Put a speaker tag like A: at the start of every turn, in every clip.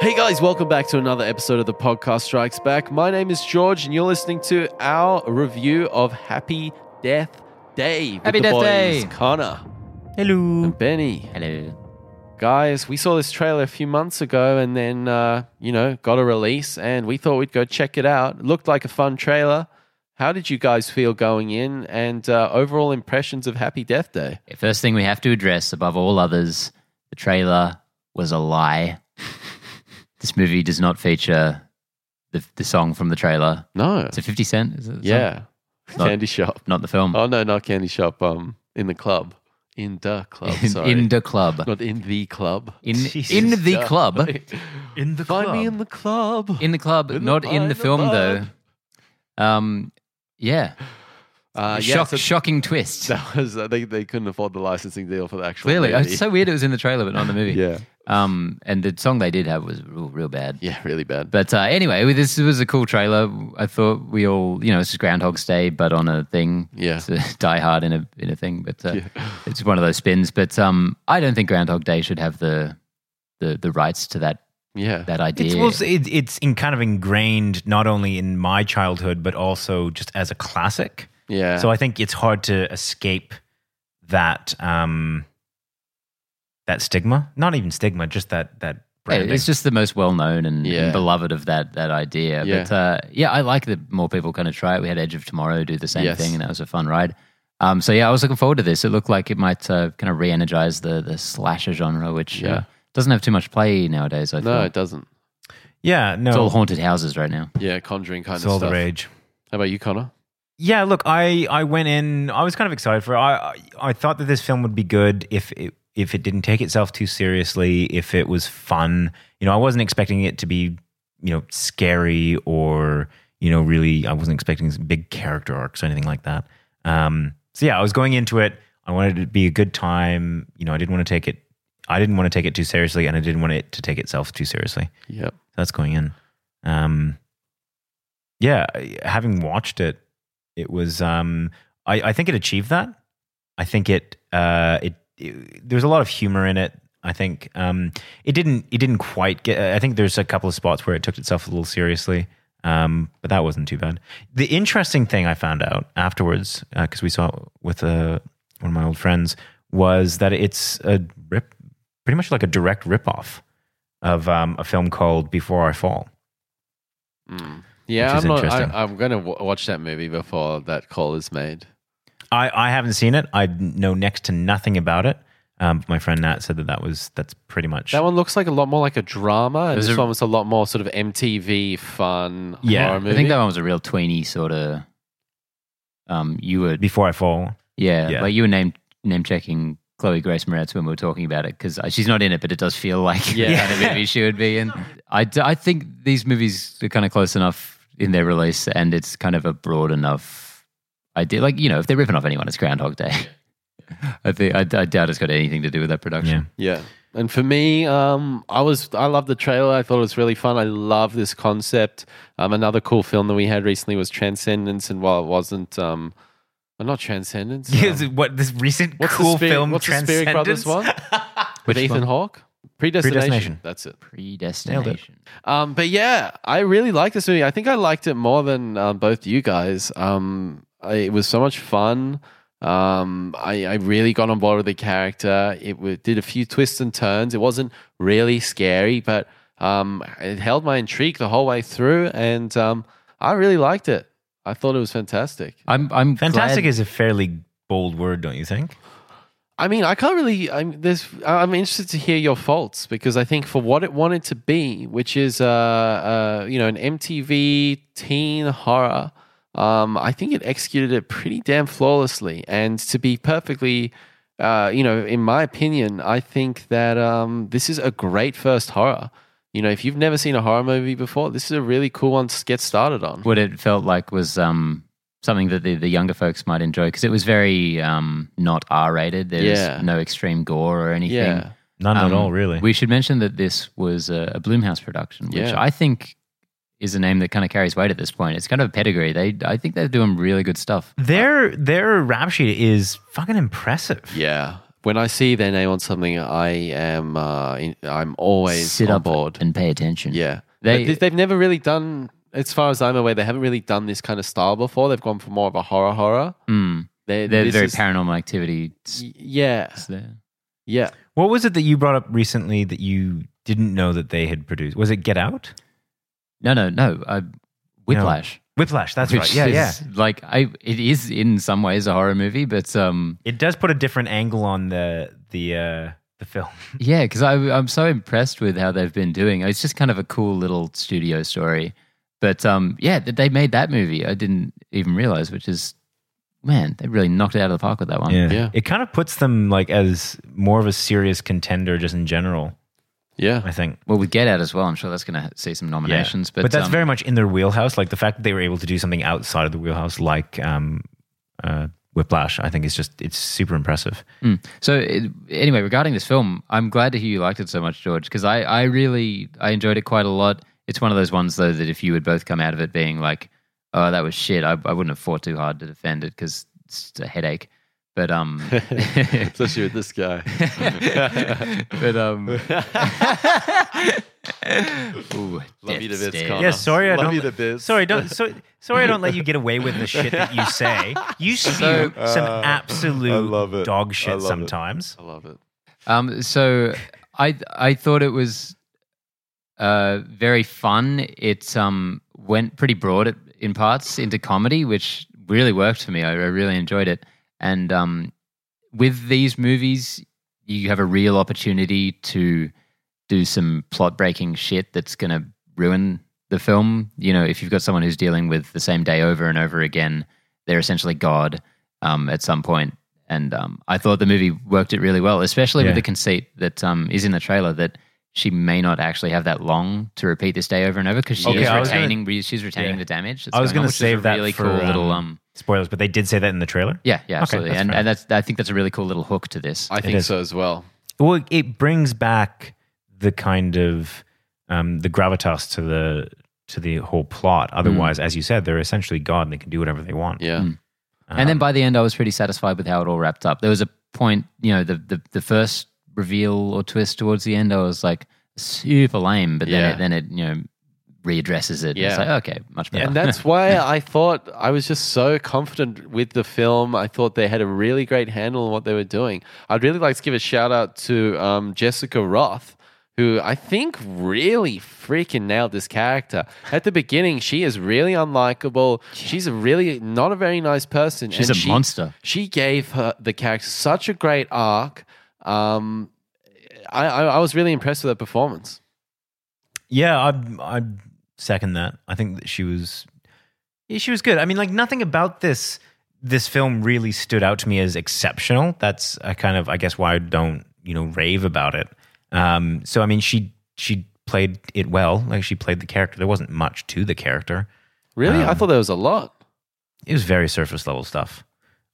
A: Hey guys, welcome back to another episode of the podcast Strikes Back. My name is George, and you're listening to our review of Happy Death Day. With
B: Happy
A: the
B: Death
A: boys,
B: Day.
A: Connor
B: Hello.
A: and Benny.
B: Hello.
A: Guys, we saw this trailer a few months ago, and then uh, you know got a release, and we thought we'd go check it out. It looked like a fun trailer. How did you guys feel going in, and uh, overall impressions of Happy Death Day?
B: First thing we have to address above all others the trailer was a lie. this movie does not feature the, the song from the trailer.
A: No,
B: It's a 50 Cent? Is it the song?
A: yeah,
B: Not-
A: candy shop.
B: Not the film.
A: Oh no, not candy shop. Um, in the club, in the club.
B: in,
A: Sorry,
B: in the club.
A: Not in the club.
B: In,
C: Jesus.
B: in the club.
C: In the
A: Find
C: club.
A: me in the club.
B: In the club.
A: In the-
B: not in
A: in the
B: the film, though.
A: club.
B: Um, yeah.
A: uh, yeah,
B: Shock,
A: so
B: shocking twist.
A: that was uh, they, they couldn't afford the licensing deal for the actual
B: Clearly.
A: movie.
B: It's so weird it was in the trailer, but not in the movie.
A: yeah,
B: Um, and the song they did have was real, real bad.
A: yeah, really bad.
B: But uh, anyway, this was a cool trailer. I thought we all, you know, it's just Groundhog's Day, but on a thing.
A: Yeah.
B: It's a Die Hard in a in a thing, but uh, it's one of those spins. But um, I don't think Groundhog Day should have the the the rights to that
A: yeah,
B: that
C: It's
B: idea.
C: well, it, it's in kind of ingrained not only in my childhood but also just as a classic.
A: yeah.
C: So I think it's hard to escape that um, that stigma. Not even stigma, just that that
B: Hey,
C: branding.
B: it's just the most well known and, and
A: Yeah.
B: beloved of that that idea.
A: Yeah.
B: But uh, yeah, I like that more people kind of try it. We had Edge of Tomorrow do the same
A: Yes.
B: thing, and that was a fun ride. Um, so yeah, I was looking forward to this. It looked like it might uh, kind of re-energize the the slasher genre, which
A: Yeah.
B: uh, doesn't have too much play nowadays. I
A: no,
B: thought.
A: it doesn't.
C: yeah, no,
B: It's all haunted houses right now.
A: Yeah, conjuring kind
C: it's
A: of
C: all
A: stuff.
C: the rage.
A: How about you, Connor?
C: Yeah, look, I I went in. I was kind of excited for. It. I I I thought that this film would be good if it if it didn't take itself too seriously, if it was fun. You know, I wasn't expecting it to be you know scary or you know really. I wasn't expecting big character arcs or anything like that. Um, so yeah, I was going into it. I wanted it to be a good time. You know, I didn't want to take it. I didn't want to take it too seriously, and I didn't want it to take itself too seriously.
A: Yeah,
C: That's going in. Um, yeah, I- having watched it, it was. Um, I, I think it achieved that. I think it. Uh, it, it there's a lot of humor in it. I think um, it didn't. It didn't quite get. I think there's a couple of spots where it took itself a little seriously, um, but that wasn't too bad. The interesting thing I found out afterwards, because we saw it with uh, one of my old friends, was that it's a rip, pretty much like a direct ripoff of um, a film called Before I Fall.
A: yeah.
C: Which is
A: Hmm. I'm not.
C: interesting.
A: I, I'm going to w- watch that movie before that call is made.
C: I, I haven't seen it. I know next to nothing about it. Um, my friend Nat said that that was that's pretty much
A: That one looks like a lot more like a drama, and
B: There's
A: this
B: a-
A: one was a lot more sort of MTV fun
C: Yeah,
A: horror
C: I
A: movie.
B: I think that one was a real tweeny sort of. Um, you were
C: Before I Fall.
B: yeah,
C: yeah.
B: like you were name name checking Chloe Grace Moretz when we were talking about it because she's not in it, but it does feel like the
A: Yeah.
B: kind of movie she would be in. I, d- I think these movies are kind of close enough in their release, and it's kind of a broad enough idea. Like you know, if they're ripping off anyone, it's Groundhog Day. I think I, d- I doubt it's got anything to do with that production.
A: Yeah. And for me, um, I was I loved the trailer. I thought it was really fun. I love this concept. Um, another cool film that we had recently was Transcendence, and while it wasn't, um, well, not Transcendence, um,
C: Yes, what this recent
A: what's the
C: cool
A: Spirit-
C: film
A: what's the Spirit
C: Transcendence?
A: Brothers one? with Ethan Hawke, Predestination.
C: Predestination.
A: That's it.
B: Predestination.
A: Um, but yeah, I really like this movie. I think I liked it more than um, both you guys. Um, I, it was so much fun. Um, I, I really got on board with the character. It w- did a few twists and turns. It wasn't really scary, but um, it held my intrigue the whole way through, and um, I really liked it. I thought it was fantastic.
B: I'm I'm
C: Fantastic
B: glad-
C: is a fairly bold word, don't you think?
A: I mean, I can't really. I'm there's. I'm interested to hear your faults because I think for what it wanted to be, which is uh, uh you know an MTV teen horror, um, I think it executed it pretty damn flawlessly. And to be perfectly, uh, you know, in my opinion, I think that um, this is a great first horror. You know, if you've never seen a horror movie before, this is a really cool one to get started on.
B: what it felt like was um, something that the, the younger folks might enjoy because it was very um, not R rated. There's
A: Yeah.
B: no extreme gore or anything.
A: Yeah,
C: None
B: Um,
C: at all, really.
B: We should mention that this was a, a Bloomhouse production, which
A: Yeah.
B: I think is a name that kind of carries weight at this point. It's kind of a pedigree. They, I think they're doing really good stuff.
C: their their rap sheet is fucking impressive.
A: yeah. when I see their name on something, I am uh, in, I'm always
B: sit
A: on
B: up
A: board.
B: and pay attention.
A: Yeah.
B: They-
A: They, but they've never really done, as far as I'm aware, they haven't really done this kind of style before. They've gone for more of a horror horror.
B: Mm.
A: They're,
B: they're
A: this
B: very
A: is-
B: paranormal activity. s-
A: y- Yeah.
B: s- there.
A: Yeah.
C: What was it that you brought up recently that you didn't know that they had produced? Was it Get Out?
B: No, no, no. Uh, Whiplash.
C: Whiplash, that's
B: which
C: right. Yeah, yeah.
B: is, Like I, it is in some ways a horror movie, but um,
C: It does put a different angle on the the uh, the film.
B: Yeah, because I'm so impressed with how they've been doing. It's just kind of a cool little studio story. But um, yeah, that they made that movie. I didn't even realize, which is, man, they really knocked it out of the park with that one.
A: Yeah.
C: It kind of puts them like as more of a serious contender just in general,
A: Yeah.
C: I think.
B: Well, with Get Out as well, I'm sure that's going to see some nominations. But,
C: that's
B: um,
C: very much in their wheelhouse. Like the fact that they were able to do something outside of the wheelhouse, like um, uh, Whiplash, I think is just it's super impressive.
B: Mm. So it, anyway, regarding this film, I'm glad to hear you liked it so much, George, because I, I really I enjoyed it quite a lot. It's one of those ones though that if you would both come out of it being like, "Oh, that was shit," I, I wouldn't have fought too hard to defend it because it's a headache. But um,
A: Especially with this guy.
B: but um, ooh,
A: Love you to
B: death
A: bits,
B: stare.
A: Connor.
C: Yeah, sorry I
A: Love
C: don't-
A: you to bits.
C: Sorry, don't so, sorry I don't let you get away with the shit that you say. You spew
B: So-
C: some
A: Uh,
C: absolute
A: I love it.
C: dog
A: I
C: shit
A: love it.
C: sometimes.
A: I love it.
B: Um, so I I thought it was uh, very fun. It um, went pretty broad at, in parts into comedy, which really worked for me. I, I really enjoyed it. And um, with these movies, you have a real opportunity to do some plot breaking shit that's going to ruin the film. You know, if you've got someone who's dealing with the same day over and over again, they're essentially God um, at some point. And um, I thought the movie worked it really well, especially
C: Yeah.
B: with the conceit that um, is in the trailer that she may not actually have that long to repeat this day over and over because she
C: Okay,
B: is
C: I was gonna-
B: retaining, she's retaining
C: Yeah.
B: the damage. that's
C: I was
B: going on,
C: gonna
B: which is a
C: save that
B: really
C: for,
B: cool little.
C: um,
B: Um,
C: Spoilers, but they did say that in the trailer.
B: yeah, yeah, absolutely.
C: that's
B: and
C: fair.
B: and that's I think that's a really cool little hook to this.
A: I think
C: is.
A: so as well.
C: Well, it brings back the kind of um, the gravitas to the to the whole plot. Otherwise, as you said, they're essentially God and they can do whatever they want.
A: Yeah.
B: Mm. and then
C: Um,
B: by the end, I was pretty satisfied with how it all wrapped up. There was a point, you know, the the, the first reveal or twist towards the end, I was like super lame, but
A: Yeah.
B: then it, then it you know readdresses it.
A: Yeah.
B: It's like okay, much better.
A: And that's why I thought I was just so confident with the film. I thought they had a really great handle on what they were doing. I'd really like to give a shout out to um, Jessica Roth, who I think really freaking nailed this character. At the beginning, she is really unlikable. She's a really not a very nice person.
B: She's
A: and
B: a
A: she-
B: monster.
A: She gave her the character such a great arc. Um, I, I, I was really impressed with her performance.
C: Yeah, I I second that. I think that she was yeah, she was good. I mean, like nothing about this this film really stood out to me as exceptional. That's a kind of I guess why I don't you know rave about it. Um, so I mean, she she played it well. Like she played the character. There wasn't much to the character.
A: Really, I
C: Um,
A: thought there was a lot.
C: It was very surface level stuff.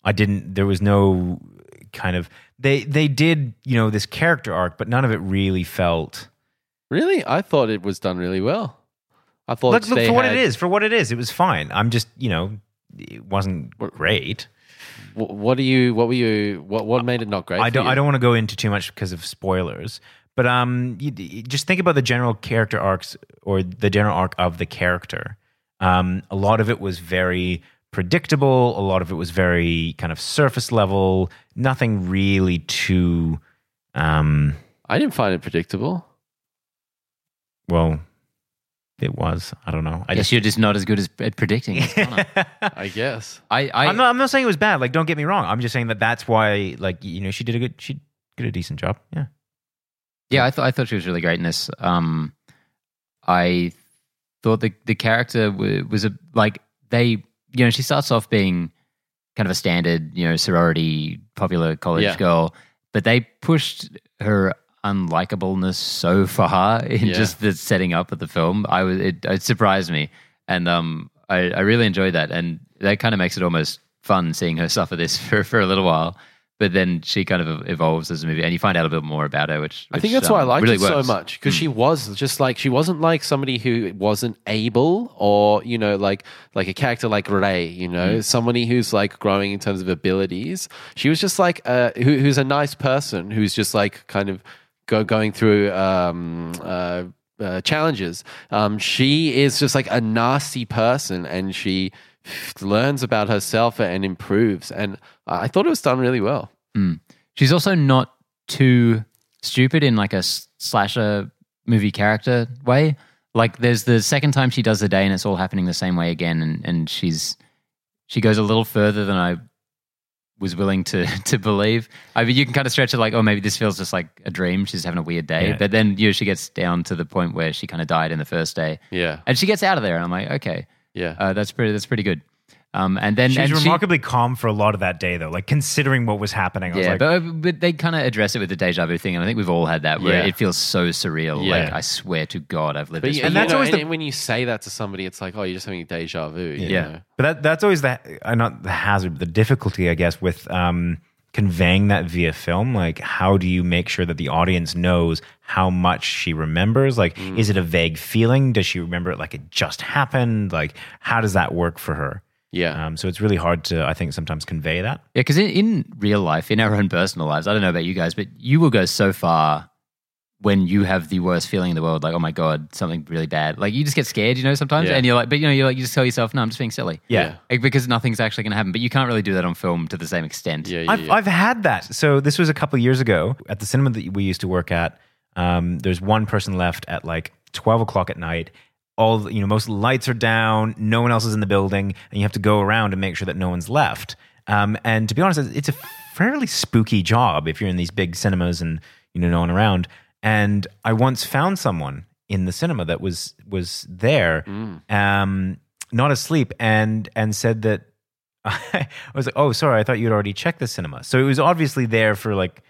C: I didn't. There was no kind of they they did you know this character arc, but none of it really felt.
A: Really? I thought it was done really well. I thought
C: look, look
A: they
C: for what it
A: had-
C: is. For what it is, it was fine. I'm just, you know, it wasn't great.
A: wh- What do you? What were you? What what made it not great?
C: I
A: for
C: don't.
A: you?
C: I don't want to go into too much because of spoilers. But um, you, you just think about the general character arcs or the general arc of the character. Um, a lot of it was very predictable. A lot of it was very kind of surface level. Nothing really too. Um,
A: I didn't find it predictable.
C: well, it was. I don't know. I
B: I guess
C: just.
B: you're just not as good as at predicting. as Connor.
A: I guess.
B: I, I
C: I'm not. I'm not saying it was bad. Like, don't get me wrong. I'm just saying that that's why. Like, you know, she did a good. She did a decent job. Yeah.
B: yeah, I thought I thought she was really great in this. Um, I thought the the character w- was a like they you know she starts off being kind of a standard you know sorority popular college
A: Yeah.
B: girl, but they pushed her unlikableness so far in
A: Yeah.
B: just the setting up of the film. I was it, it surprised me, and um, I I really enjoyed that, and that kind of makes it almost fun seeing her suffer this for for a little while. but then she kind of evolves as a movie, and you find out a bit more about her, which,
A: I
B: which,
A: think that's why I
B: um,
A: liked
B: really
A: it
B: works.
A: so much because
B: Mm.
A: she was just like she wasn't like somebody who wasn't able or you know like like a character like Ray, you
B: Hmm.
A: know, somebody who's like growing in terms of abilities. She was just like uh, who, who's a nice person who's just like kind of go going through um, uh, uh, challenges. Um, she is just like a nasty person, and she learns about herself and improves. And I I thought it was done really well.
B: She's also not too stupid in like a s- slasher movie character way. Like there's the second time she does the day and it's all happening the same way again and, and she's she goes a little further than I was willing to to believe. I mean you can kind of stretch it like, oh maybe this feels just like a dream. She's having a weird day.
C: Yeah.
B: But then you know she gets down to the point where she kind of died in the first day.
A: Yeah,
B: And she gets out of there and I'm like, okay,
A: yeah.
B: uh, that's pretty that's pretty good. Um, and then
C: She's
B: and she-
C: remarkably calm for a lot of that day, though. Like considering what was happening, I was
B: yeah,
C: like,
B: but, uh, but they kind of address it with the deja vu thing, and I think we've all had that where
A: Yeah.
B: it feels so surreal.
A: Yeah.
B: Like I swear to God, I've lived
A: But
B: this.
A: you-
B: for
A: you
C: And that's
B: years.
A: know,
C: always the-
A: when you say that to somebody, it's like, oh, you're just having deja vu. you
B: Yeah.
A: know?
C: But that that's always the uh, not the hazard, but the difficulty, I guess, with um, conveying that via film. Like, how do you make sure that the audience knows how much she remembers? Like,
B: Mm.
C: is it a vague feeling? Does she remember it like it just happened? Like, how does that work for her?
A: yeah,
C: Um, so it's really hard to, I think, sometimes convey that.
B: Yeah, because in, in real life, in our own personal lives, I don't know about you guys, but you will go so far when you have the worst feeling in the world, like oh my god, something really bad. Like you just get scared, you know, sometimes,
A: Yeah.
B: and you're like, but you know, you're like, you just tell yourself, no, I'm just being silly,
A: Yeah.
B: Like, because nothing's actually going to happen. But you can't really do that on film to the same extent.
A: yeah, yeah.
C: I've,
A: yeah.
C: I've had that. So this was a couple years ago at the cinema that we used to work at. Um, there's one person left at like 12 o'clock at night. All the- you know, most lights are down. No one else is in the building, and you have to go around and make sure that no one's left. Um, and to be honest, it's a fairly spooky job if you're in these big cinemas and you know no one around. And I once found someone in the cinema that was was there, um, not asleep, and and said that I was like, oh, sorry, I thought you'd already checked the cinema. So it was obviously there for like,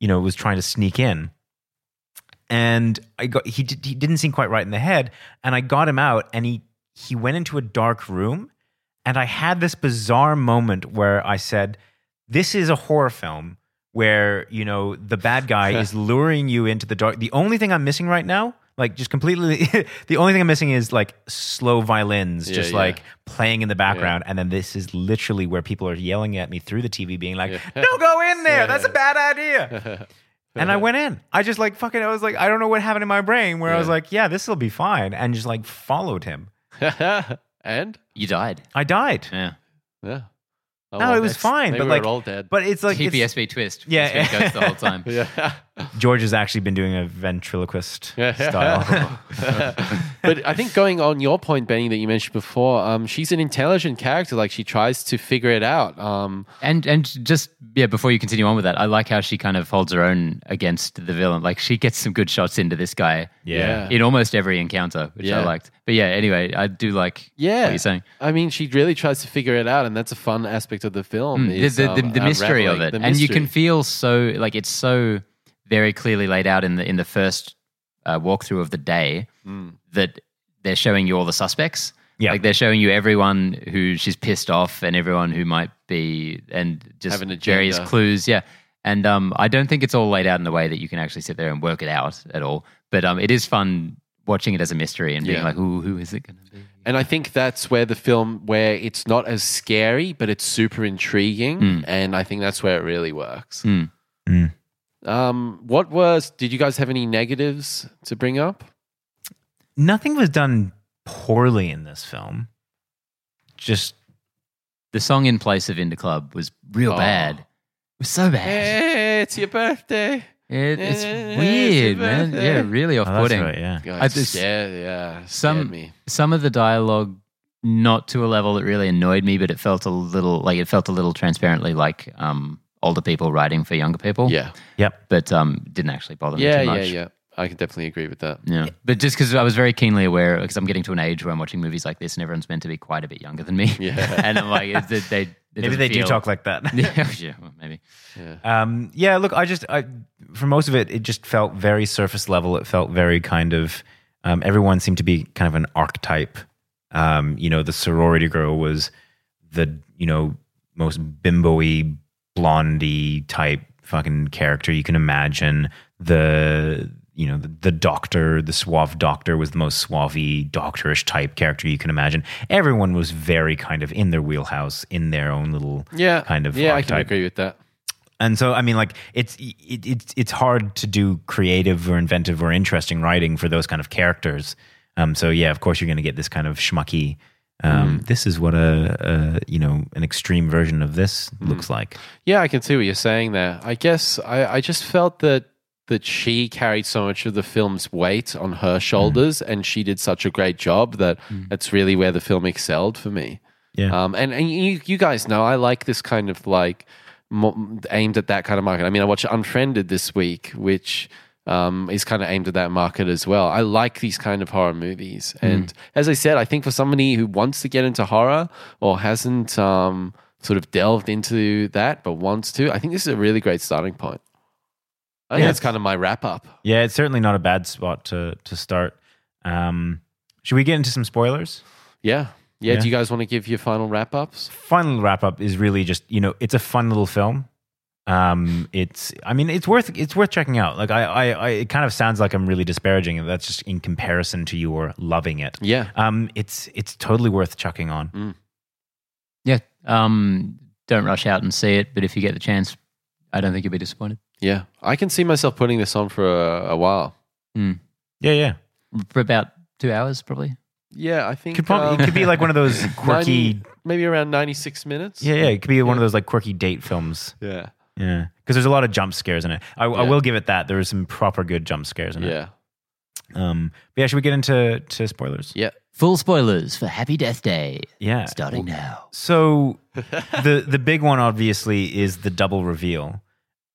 C: you know, it was trying to sneak in. And I got he did, he didn't seem quite right in the head, and I got him out, and he he went into a dark room, and I had this bizarre moment where I said, "This is a horror film where you know the bad guy is luring you into the dark. The only thing I'm missing right now, like just completely, the only thing I'm missing is like slow violins,
A: Yeah,
C: just
A: yeah.
C: like playing in the background, and then this is literally where people are yelling at me through the TV, being like,
A: Yeah.
C: "Don't go in there. That's a bad
A: Mm.
C: idea." and I went in. I just like fucking. I was like, I don't know what happened in my brain where I was
A: Yeah.
C: like, "Yeah, this will be fine," and just like followed him.
A: and
B: You died.
C: I died,
B: Yeah,
A: yeah, Oh,
C: No,
A: well,
C: it was
A: that's-
C: fine,
A: maybe
C: but
A: we
C: like-
A: we're all dead.
C: but it's like it's-
B: TPSB twist.
C: Yeah.
B: It's been ghost the whole time.
A: yeah.
C: George has actually been doing a ventriloquist style.
A: style. but I think going on your point, Benny, that you mentioned before, um, she's an intelligent character. Like she tries to figure it out. Um,
B: And and just yeah, before you continue on with that, I like how she kind of holds her own against the villain. Like she gets some good shots into this guy
A: Yeah.
B: in almost every encounter, which I
A: Yeah.
B: liked. But yeah, anyway, I do like
A: yeah,
B: what you're saying.
A: I mean, she really tries to figure it out, and that's a fun aspect of the film.
B: Mm,
A: is,
B: the, the,
A: um,
B: the, the mystery of
A: unraveling
B: it,
A: the
B: and you
A: mystery.
B: can feel so like it's so very clearly laid out in the in the first uh, walkthrough of the day
A: Hmm.
B: that they're showing you all the suspects.
C: Yeah.
B: like they're showing you everyone who she's pissed off and everyone who might be and just
A: Have an
B: various
A: agenda.
B: clues. Yeah, and um, I don't think it's all laid out in a way that you can actually sit there and work it out at all. But um, it is fun watching it as a mystery and being
A: Yeah.
B: like, "Ooh, who is it going to be?"
A: And I think that's where the film, where it's not as scary, but it's super intriguing, and I think that's where it really works.
B: Mm.
C: Mm.
A: Um, what was? Did you guys have any negatives to bring up?
C: Nothing was done poorly in this film. Just
B: The song in place of Inter Club was real
A: Oh.
B: bad. It was so bad.
A: Hey, Eh, it's your birthday.
B: It,
A: Yeah,
B: it's
A: yeah, yeah, it's
B: weird,
A: your
B: man.
A: birthday.
B: Yeah, really
C: oh, that's
B: off-putting.
C: right, yeah.
A: God,
B: I
A: I
B: just-
A: just, yeah, yeah.
B: Some-
A: Some me.
B: Some of the dialogue, not to a level that really annoyed me, but it felt a little like it felt a little transparently like um, older people writing for younger people.
A: Yeah,
C: Yep.
B: but um, didn't actually bother me
A: yeah,
B: too
A: yeah,
B: much.
A: yeah. I can definitely agree with that.
B: Yeah. But just because I was very keenly aware, because I'm getting to an age where I'm watching movies like this and everyone's meant to be quite a bit younger than me.
A: Yeah.
B: and I'm like, it, they, they, it
C: Maybe
B: doesn't
C: they do
B: feel-
C: talk like that.
B: yeah, oh, yeah, well, maybe.
A: Yeah,
C: Um, yeah, look, I just, I, for most of it, it just felt very surface level. It felt very kind of, um, everyone seemed to be kind of an archetype. Um, you know, the sorority girl was the, you know, most bimbo-y blondie type fucking character you can imagine the you know the, the doctor the suave doctor was the most suave doctorish type character you can imagine everyone was very kind of in their wheelhouse in their own little
A: Yeah.
C: kind of
A: Yeah, I
C: archetype.
A: can agree with that.
C: and so i mean like it's it, it's it's hard to do creative or inventive or interesting writing for those kind of characters um so yeah of course you're going to get this kind of schmucky um this is what a, a you know an extreme version of this looks like
A: Yeah, I can see what you're saying there. I guess I, I just felt that that she carried so much of the film's weight on her shoulders, and she did such a great job that that's really where the film excelled for me.
C: Yeah.
A: Um, and and you you guys know I like this kind of like mo- aimed at that kind of market. I mean, I watched Unfriended this week, which um, is kind of aimed at that market as well. I like these kind of horror movies, and as I said, I think for somebody who wants to get into horror or hasn't um, sort of delved into that but wants to, I think this is a really great starting point. I think
C: Yeah.
A: that's kind of my wrap up.
C: yeah it's certainly not a bad spot to to start um should we get into some spoilers
A: Yeah. Yeah,
C: Yeah.
A: do you guys want to give your final wrap ups?
C: final wrap up is really just you know it's a fun little film um it's i mean it's worth it's worth checking out like i i, I it kind of sounds like i'm really disparaging it that's just in comparison to your loving it
A: Yeah.
C: um it's it's totally worth chucking on
B: Yeah. Um, don't rush out and see it, but if you get the chance, I don't think you'll be disappointed.
A: Yeah. I can see myself putting this on for a, a while.
C: yeah yeah
B: For about two hours, probably.
A: Yeah, I think uh,
C: could probably, it could be like one of those quirky
A: Nine- maybe around 96 minutes.
C: yeah yeah it could be one of
A: Yeah.
C: those like quirky date films
A: Yeah.
C: yeah because there's a lot of jump scares in it I, I
A: Yeah.
C: will give it that there was some proper good jump scares in
A: Yeah.
C: it um but yeah should we get into to spoilers
A: Yeah.
B: Full spoilers for Happy Death Day,
C: yeah
B: starting now.
C: So the the big one obviously is the double reveal.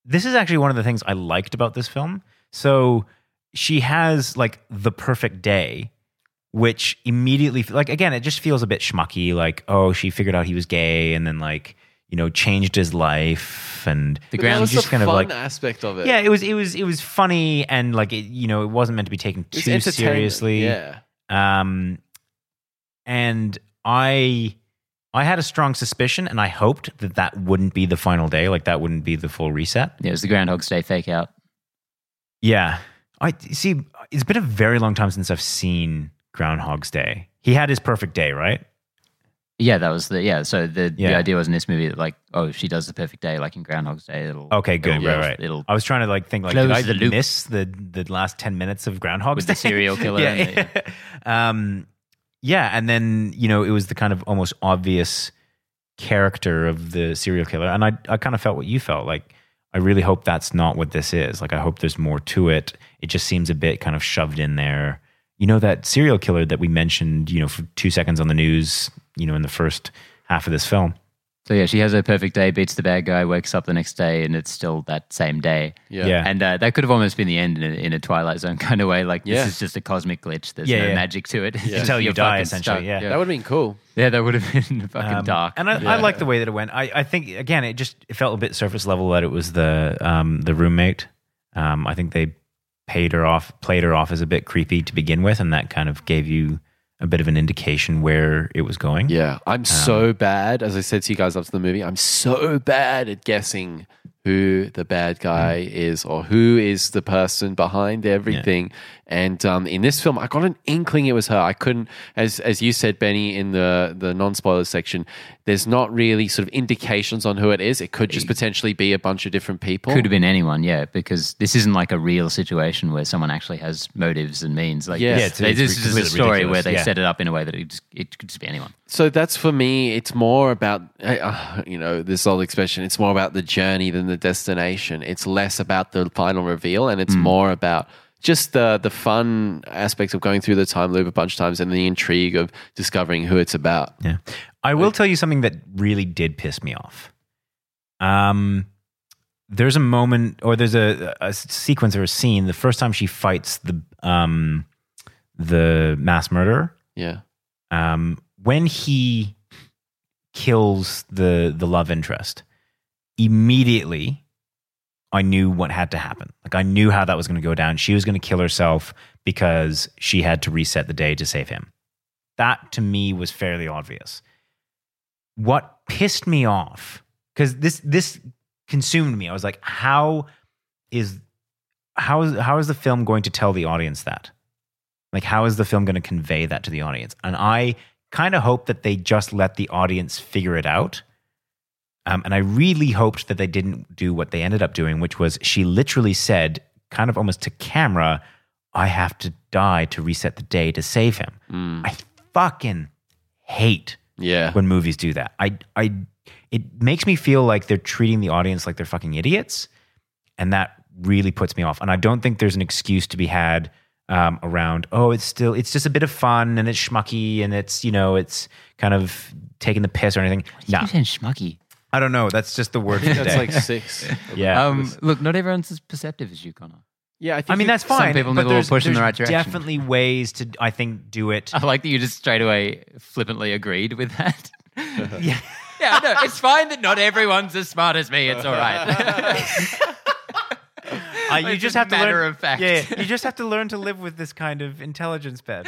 C: This is actually one of the things I liked about this film. So she has like the perfect day, which immediately like again it just feels a bit schmucky. Like oh she figured out he was gay and then like you know changed his life and
B: The
A: But
B: ground
A: that was
C: just
A: the
C: kind of
A: fun
C: like-
A: aspect of it.
C: yeah it was it was it was funny and like it you know it wasn't meant to be taken
A: It's
C: too
A: entertainment.
C: seriously.
A: Yeah.
C: Um, and I, I had a strong suspicion, and I hoped that that wouldn't be the final day, like that wouldn't be the full reset.
B: Yeah, it was the Groundhog's Day fake out.
C: Yeah, I see. It's been a very long time since I've seen Groundhog's Day. He had his perfect day, right?
B: Yeah, that was the yeah. So the, the
C: Yeah.
B: idea was in this movie that like, oh, she does the perfect day, like in Groundhog's Day. It'll,
C: Okay, good,
B: It'll,
C: right, right.
B: Oh, It'll
C: I was trying to like think like
B: Close
C: did I
B: the loop.
C: miss the the last ten minutes of
B: with
C: Groundhog's Day?
B: the serial killer.
C: yeah.
B: and the- yeah.
C: um, yeah, and then you know it was the kind of almost obvious character of the serial killer, and I I kind of felt what you felt like. I really hope that's not what this is. Like, I hope there's more to it. It just seems a bit kind of shoved in there. You know that serial killer that we mentioned, you know, for two seconds on the news, you know, in the first half of this film.
B: So yeah, she has her perfect day, beats the bad guy, wakes up the next day, and it's still that same day.
A: Yeah.
C: Yeah.
B: And uh, that could have almost been the end in a, in a Twilight Zone kind of way. Like
A: Yeah.
B: this is just a cosmic glitch. There's
C: Yeah,
B: no
C: yeah.
B: magic to it. It's just
C: Until you
B: you're
C: die,
B: fucking
C: essentially,
B: stuck.
C: yeah.
A: That would have been cool.
B: Yeah, that would have been fucking
C: Um,
B: dark.
C: And I, I
A: Yeah.
C: like the way that it went. I, I think again, it just it felt a bit surface level that it was the um, the roommate. Um, I think they paid her off, played her off as a bit creepy to begin with, and that kind of gave you a bit of an indication where it was going.
A: Yeah, I'm so bad. As I said to you guys after the movie, I'm so bad at guessing who the bad guy is or who is the person behind everything. And um, in this film, I got an inkling it was her. I couldn't, as as you said, Benny, in the the non spoiler section. There's not really sort of indications on who it is. It could just potentially be a bunch of different people.
B: could have been anyone, yeah, because this isn't like a real situation where someone actually has motives and means. Like,
A: Yeah.
B: this,
A: Yeah,
C: it's-
B: they-
C: it's
B: this is a
C: completely
B: story
C: ridiculous,
B: where they
C: yeah.
B: set it up in a way that it, just, it could just be anyone.
A: so that's for me it's more about uh, uh, you know this old expression it's more about the journey than the destination it's less about the final reveal and it's
C: Hmm.
A: more about just the the fun aspects of going through the time loop a bunch of times and the intrigue of discovering who it's about
C: Yeah. I will tell you something that really did piss me off. Um, there's a moment, or there's a, a sequence or a scene. The first time she fights the um, the mass murderer,
A: yeah
C: um, when he kills the the love interest immediately i knew what had to happen like i knew how that was going to go down she was going to kill herself because she had to reset the day to save him that to me was fairly obvious what pissed me off because this this consumed me. I was like, how is how is how is the film going to tell the audience that? Like, how is the film going to convey that to the audience? And I kind of hope that they just let the audience figure it out. Um, and I really hoped that they didn't do what they ended up doing, which was she literally said, kind of almost to camera, I have to die to reset the day to save him.
A: Mm.
C: I fucking hate
A: Yeah.
C: when movies do that. I I it makes me feel like they're treating the audience like they're fucking idiots, and that really puts me off. And I don't think there's an excuse to be had um, around. Oh, it's still it's just a bit of fun and it's schmucky and it's you know it's kind of taking the piss or anything.
B: You
C: Nah,
B: keep saying schmucky.
C: I don't know. That's just the word for
A: That's
C: today.
A: like six.
C: yeah.
B: Um, look, not everyone's as perceptive as you, Connor.
A: Yeah, I think
C: I mean
A: it-
C: that's fine.
B: people
C: but
B: will
C: there's,
B: push in the
C: there's
B: right direction.
C: Definitely ways to I think do it.
B: I like that you just straight away flippantly agreed with that.
C: Yeah.
B: yeah, no, it's fine that not everyone's as smart as me. It's all right.
C: Uh, you
B: It's
C: just
B: a
C: have to
B: matter
C: learn.
B: of fact.
C: Yeah, yeah, you just have to learn to live with this kind of intelligence, Ben.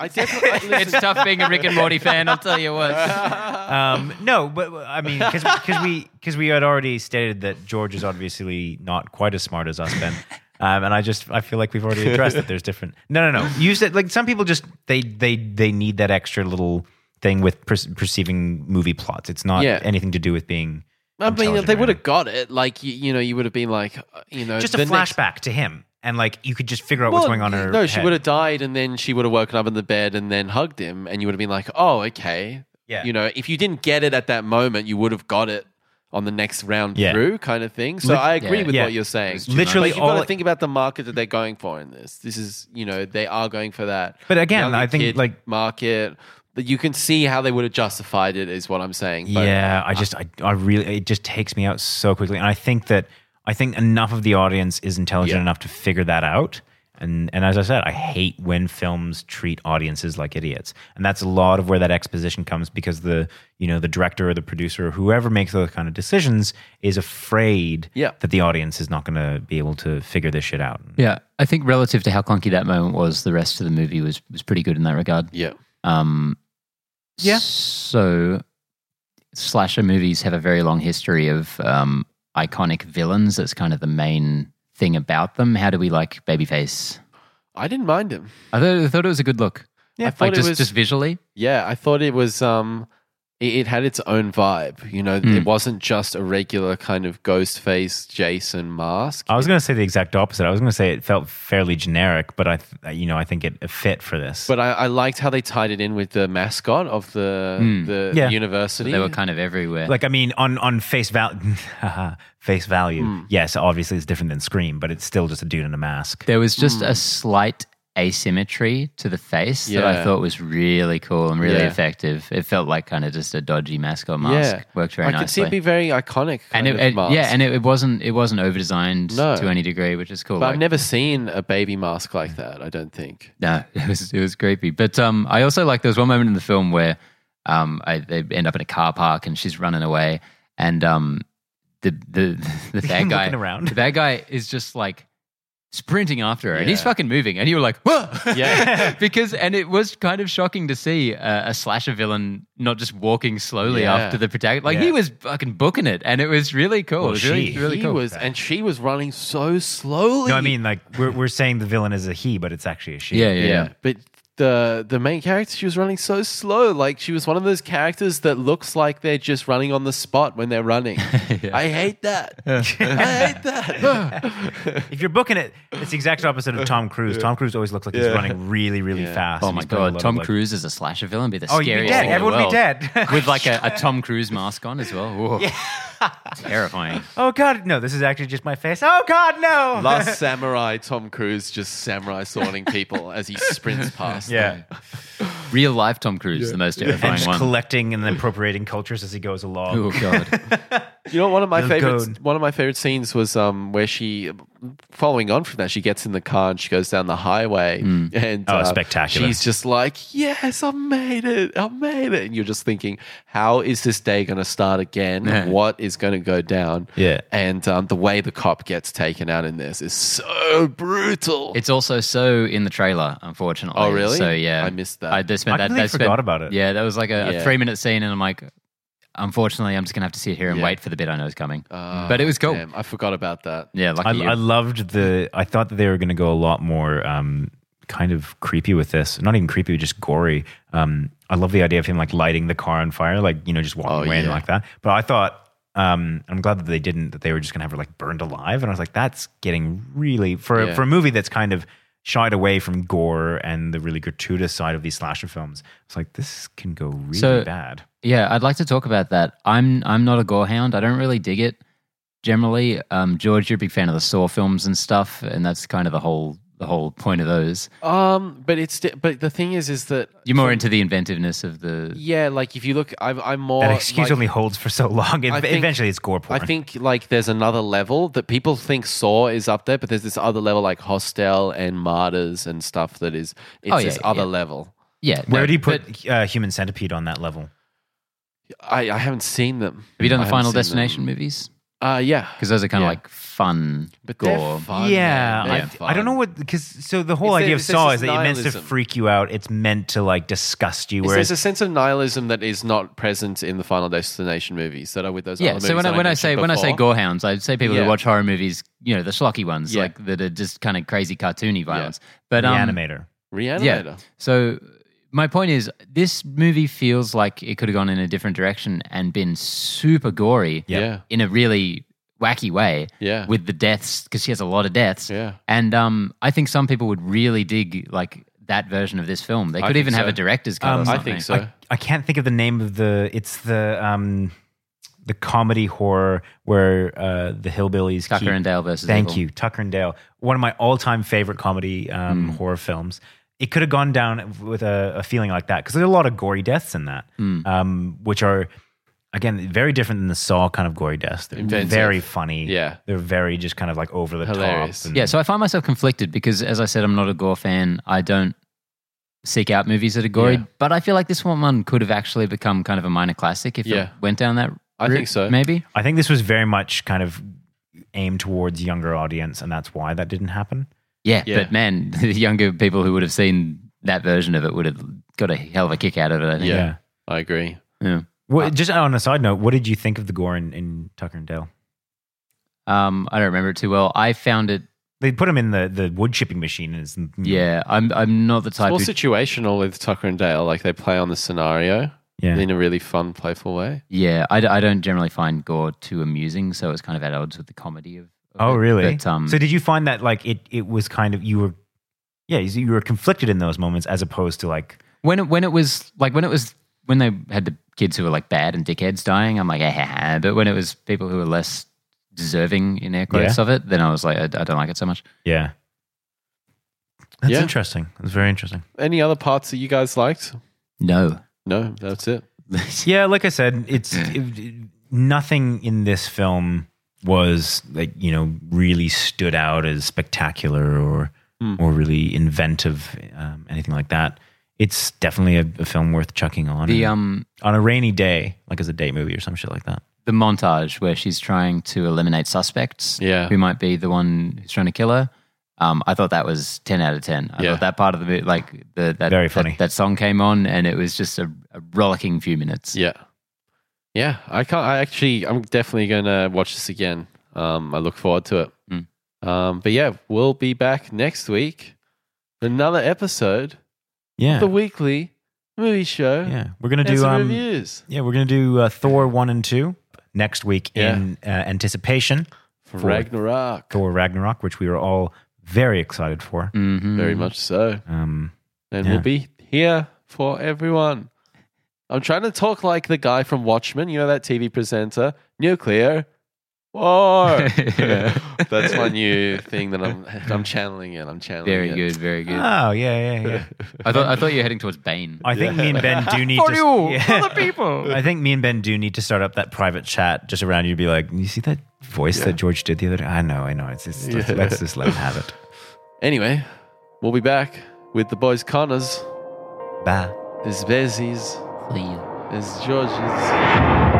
A: I definitely I-
B: it's
A: listen,
B: tough being a Rick and Morty fan. I'll tell you what.
C: Um, no, but but, I mean, because we because we had already stated that George is obviously not quite as smart as us, Ben. Um, and I just I feel like we've already addressed that there's different. No, no, no. You said like some people just they they they need that extra little thing with per- perceiving movie plots. It's not
A: Yeah.
C: anything to do with being
A: I mean,
C: intelligent
A: they
C: or
A: would have got it. Like you, you know, you would have been like, uh, you know,
C: just a
A: the next-
C: flashback to him, and like you could just figure out what's
A: Well,
C: going on. In her
A: No, she
C: head.
A: would have died, and then she would have woken up in the bed, and then hugged him, and you would have been like, "Oh, okay."
C: Yeah.
A: You know, if you didn't get it at that moment, you would have got it on the next round
C: Yeah.
A: through, kind of thing. So
C: Lit-
A: I agree
B: yeah.
A: with
C: Yeah.
A: what you're saying.
B: It's
C: Literally,
A: But you've got
C: all
A: to think about the market that they're going for in this. This is, you know, they are going for that.
C: But again,
A: younger
C: I think,
A: kid
C: like-
A: market. But you can see how they would have justified it, is what I'm saying. But
C: yeah, I just, I, I really, it just takes me out so quickly. And I think that, I think enough of the audience is intelligent
A: Yeah.
C: enough to figure that out. And, and as I said, I hate when films treat audiences like idiots. And that's a lot of where that exposition comes because the, you know, the director or the producer or whoever makes those kind of decisions is afraid
A: Yeah.
C: that the audience is not going to be able to figure this shit out.
B: Yeah, I think relative to how clunky that moment was, the rest of the movie was was pretty good in that regard.
A: yeah,
B: Um,
C: Yeah.
B: So, slasher movies have a very long history of um, iconic villains. That's kind of the main thing about them. How do we like Babyface?
A: I didn't mind him.
B: I thought, I thought it was a good look.
A: I
B: Like
A: thought
B: just,
A: it was
B: just visually.
A: Yeah, I thought it was um it, it had its own vibe. You know,
B: Mm.
A: it wasn't just a regular kind of ghost face Jason mask.
C: I was going to say the exact opposite. I was going to say it felt fairly generic, but I, th- you know, I think it, it fit for this.
A: but I, I liked how they tied it in with the mascot of the
B: Mm.
A: the
C: Yeah.
A: university.
B: They were kind of everywhere.
C: like I mean, on on face value, face value.
B: Hmm.
C: Yes, obviously it's different than Scream, but it's still just a dude in a mask.
B: There was just
A: Hmm.
B: a slight asymmetry to the face that I
A: Yeah.
B: thought was really cool and really
A: Yeah.
B: effective. It felt like kind of just a dodgy mascot mask.
A: Yeah.
B: Worked very
A: I could see
B: nicely.
A: it be very iconic.
B: and
A: Kind
B: it,
A: of
B: it-
A: mask.
B: yeah, and it, it wasn't it wasn't over designed
A: No.
B: to any degree, which is cool.
A: but I've
B: Like, Hmm.
A: never seen a baby mask like that. I don't think.
B: no, it was it was creepy. But um, I also like there was one moment in the film where um, I, they end up in a car park and she's running away, and um, the the the bad guy
C: Looking around.
B: the bad guy is just like sprinting after her, and he's
A: Yeah.
B: fucking moving, and you were like, whoa,
A: Yeah.
B: because and it was kind of shocking to see a, a slasher villain not just walking slowly
A: Yeah.
B: after the protagonist. Like
C: Yeah.
B: he was fucking booking it, and it was really cool.
C: Well,
B: it was really,
C: she-
B: really
A: he
B: cool.
A: was, and she was running so slowly.
C: No, I mean like we're we're saying the villain is a he, but it's actually a she.
B: yeah, yeah,
A: Yeah.
B: yeah.
A: But the the main character, she was running so slow. Like she was one of those characters that looks like they're just running on the spot when they're running. I hate that. I hate that.
C: If you're booking it, it's the exact opposite of Tom Cruise. Tom Cruise always looks like he's running really, really fast.
B: Oh
C: and
B: my
C: he's putting a
B: god,
C: lot
B: Tom
C: of, like-
B: Cruise as a slasher villain be the
C: Oh, you'd be
B: scariest
C: dead.
B: thing in the
C: Everyone would be
B: world.
C: dead.
B: with like a, a Tom Cruise mask on as well. Whoa. Terrifying.
C: Oh god, no! This is actually just my face. Oh god, no!
A: Last Samurai, Tom Cruise just samurai sorting people as he sprints past.
C: yeah,
B: Real life Tom Cruise, the most
C: and
B: terrifying
C: just
B: one.
C: collecting and appropriating cultures as he goes along.
B: oh god.
A: You know, one of my
C: Little
A: favorite
C: goat.
A: one of my favorite scenes was um, where she, following on from that, she gets in the car and she goes down the highway,
B: Hmm.
A: and uh,
C: Oh, spectacular.
A: She's just like, "Yes, I made it! I made it!" And you're just thinking, "How is this day going to start again? what is going to go down?"
C: Yeah.
A: and um, the way the cop gets taken out in this is so brutal.
B: It's also so in the trailer, unfortunately.
A: Oh, really?
B: So yeah,
A: I missed that.
B: I, they spent
C: I
B: that.
C: completely
B: they spent-
C: forgot about it.
B: Yeah, that was like a,
A: Yeah.
B: three minute scene, and I'm like, unfortunately, I'm just gonna have to sit here and
A: Yeah.
B: wait for the bit I know is coming.
A: Uh,
B: But it was cool.
A: damn, I forgot about that.
B: Yeah,
C: I,
B: lucky you.
C: I loved the. I thought that they were going to go a lot more um, kind of creepy with this. Not even creepy, just gory. Um, I love the idea of him like lighting the car on fire, like you know, just walking
A: Oh,
C: away and
A: yeah.
C: like that. But I thought. Um, I'm glad that they didn't. That they were just gonna have her like burned alive, and I was like, "That's getting really for
A: Yeah.
C: for a movie that's kind of shied away from gore and the really gratuitous side of these slasher films." It's like this can go really
B: So-
C: bad.
B: Yeah, I'd like to talk about that. I'm I'm not a gore hound. I don't really dig it generally. Um, George, you're a big fan of the Saw films and stuff, and that's kind of the whole the whole point of those.
A: Um, but it's di- but the thing is, is that
B: You're more into the inventiveness of the.
A: yeah, like if you look, I'm, I'm more
C: That excuse
A: like-
C: only holds for so long.
A: I think-
C: eventually, it's gore porn.
A: I think like there's another level that people think Saw is up there, but there's this other level like Hostel and Martyrs and stuff that is it's
B: Oh, yeah,
A: this other
B: yeah.
A: level.
B: Yeah,
C: Where
B: no,
C: do you
B: but
C: put uh, Human Centipede on that level?
A: I, I haven't seen them.
B: Have you done the
A: I haven't
B: Final
A: seen them.
B: Destination movies?
A: Uh yeah.
B: Because those are kind of
A: Yeah.
B: like fun
A: But they're
B: gore.
A: fun, man.
C: yeah, I,
A: They're
C: th- I don't know
A: fun.
C: what because so the whole
A: It's
C: idea
A: a-
C: of
A: it's
C: Saw
A: just
C: is that it's meant to
A: nihilism.
C: freak you out. It's meant to like disgust you.
A: It's-
C: Whereas
A: There's a sense of nihilism that is not present in the Final Destination movies that are with those.
B: yeah.
A: other
B: So
A: movies
B: when I,
A: that
B: when I say
A: mentioned
B: when I say
A: before.
B: gore hounds, I say people
A: Yeah.
B: who watch horror movies, you know, the schlocky ones,
A: Yeah.
B: like that are just kind of crazy cartoony violence. But
C: the
B: um,
C: animator,
A: Reanimator.
B: So my point is, this movie feels like it could have gone in a different direction and been super gory
C: Yeah.
A: Yeah.
B: in a really wacky way
A: Yeah.
B: with the deaths because she has a lot of deaths.
A: Yeah.
B: And um, I think some people would really dig like that version of this film. They
A: I
B: could
A: think
B: even have
A: so.
B: a director's cut.
C: Um,
B: or
A: I
B: something.
A: think so.
C: I, I can't think of the name of the. It's the um the comedy horror where uh the hillbillies
B: Tucker
C: keep-
B: and Dale versus.
C: Thank
B: Evil.
C: you, Tucker and Dale. One of my all-time favorite comedy um,
A: Mm.
C: horror films. It could have gone down with a, a feeling like that because there's a lot of gory deaths in that,
A: Mm.
C: um, which are again very different than the Saw kind of gory deaths. They're
A: Inventive.
C: very funny.
A: Yeah.
C: they're very just kind of like over the
A: Hilarious.
C: top. and-
B: Yeah, so I find myself conflicted because, as I said, I'm not a gore fan. I don't seek out movies that are gory,
A: Yeah.
B: but I feel like this one one could have actually become kind of a minor classic if
A: Yeah.
B: it went down that.
A: I
B: route,
A: think so.
B: Maybe.
C: I think this was very much kind of aimed towards younger audience, and that's why that didn't happen.
B: Yeah,
A: Yeah.
B: but man, the younger people who would have seen that version of it would have got a hell of a kick out of it. I think.
A: Yeah. I agree.
B: Yeah.
C: Well, just on a side note, what did you think of the gore in, in Tucker and Dale?
B: Um, I don't remember it too well. I found it.
C: They put him in the, the wood chipping machine, and it's,
A: Mm.
B: Yeah, I'm. I'm not the
A: It's
B: type.
A: more
B: Who,
A: situational with Tucker and Dale. Like they play on the scenario
C: yeah.
A: in a really fun, playful way.
B: yeah, I, d- I don't generally find gore too amusing, so it's kind of at odds with the comedy of. of
C: Oh,
B: it.
C: really?
B: But, um,
C: so did you find that like it? It was kind of you were, yeah, you you were conflicted in those moments as opposed to like,
B: when it, when it was like when it was when they had the kids who were like bad and dickheads dying, I'm like, ah, ha, ha." but when it was people who were less deserving in air quotes
C: Yeah.
B: of it, then I was like, I, I don't like it so much.
C: yeah. That's
A: Yeah.
C: interesting. That's very interesting.
A: Any other parts that you guys liked?
B: No.
A: No, that's it.
C: Yeah, like I said, it's it- it- nothing in this film was like you know really stood out as spectacular or
A: Hmm.
C: or really inventive, um, anything like that. It's definitely a, a film worth chucking on
B: The
A: Mm.
C: and-
B: um
C: on a rainy day, like as a date movie or some shit like that.
B: the montage where she's trying to eliminate suspects
A: Yeah.
B: who might be the one who's trying to kill her. Um, I thought that was ten out of ten. I
A: Yeah.
B: thought that part of the bit, like the that
C: Very
B: that-
C: funny.
B: that, song came on, and it was just a, a rollicking few minutes.
A: Yeah. Yeah. I can't I actually I'm definitely gonna watch this again. Um I look forward to it.
B: Mm.
C: Hmm.
A: Um but yeah, we'll be back next week. with Another episode
C: Yeah,
A: of the weekly movie show.
C: yeah. We're gonna
A: and
C: do
A: some
C: um,
A: reviews.
C: Yeah, we're gonna do uh, Thor one and two next week in uh, anticipation
A: For
C: for-
A: Ragnarok.
C: Thor Ragnarok, which we were all very excited for.
B: Mhm.
A: Very much so.
C: Um,
A: And
C: Mm. Yeah.
A: we'll be here for everyone. I'm trying to talk like the guy from Watchmen, you know that TV presenter, Nuclear War. That's my new thing that I'm I'm channeling it. I'm channeling
B: Very
A: it.
B: good, very good.
A: Ah.
C: oh yeah, yeah, yeah.
B: I thought I thought you were heading towards Bane.
C: I think me and Ben do need to. yeah.
B: people.
C: I think me and Ben do need to start up that private chat just around you. to Be like, you see that voice that George did the other day? I know, I know. It's, it's let's,
A: Yeah.
C: let's just let him have it.
A: Anyway, we'll be back with the boys Connors,
C: Bye.
A: as Bezzies, as Georges.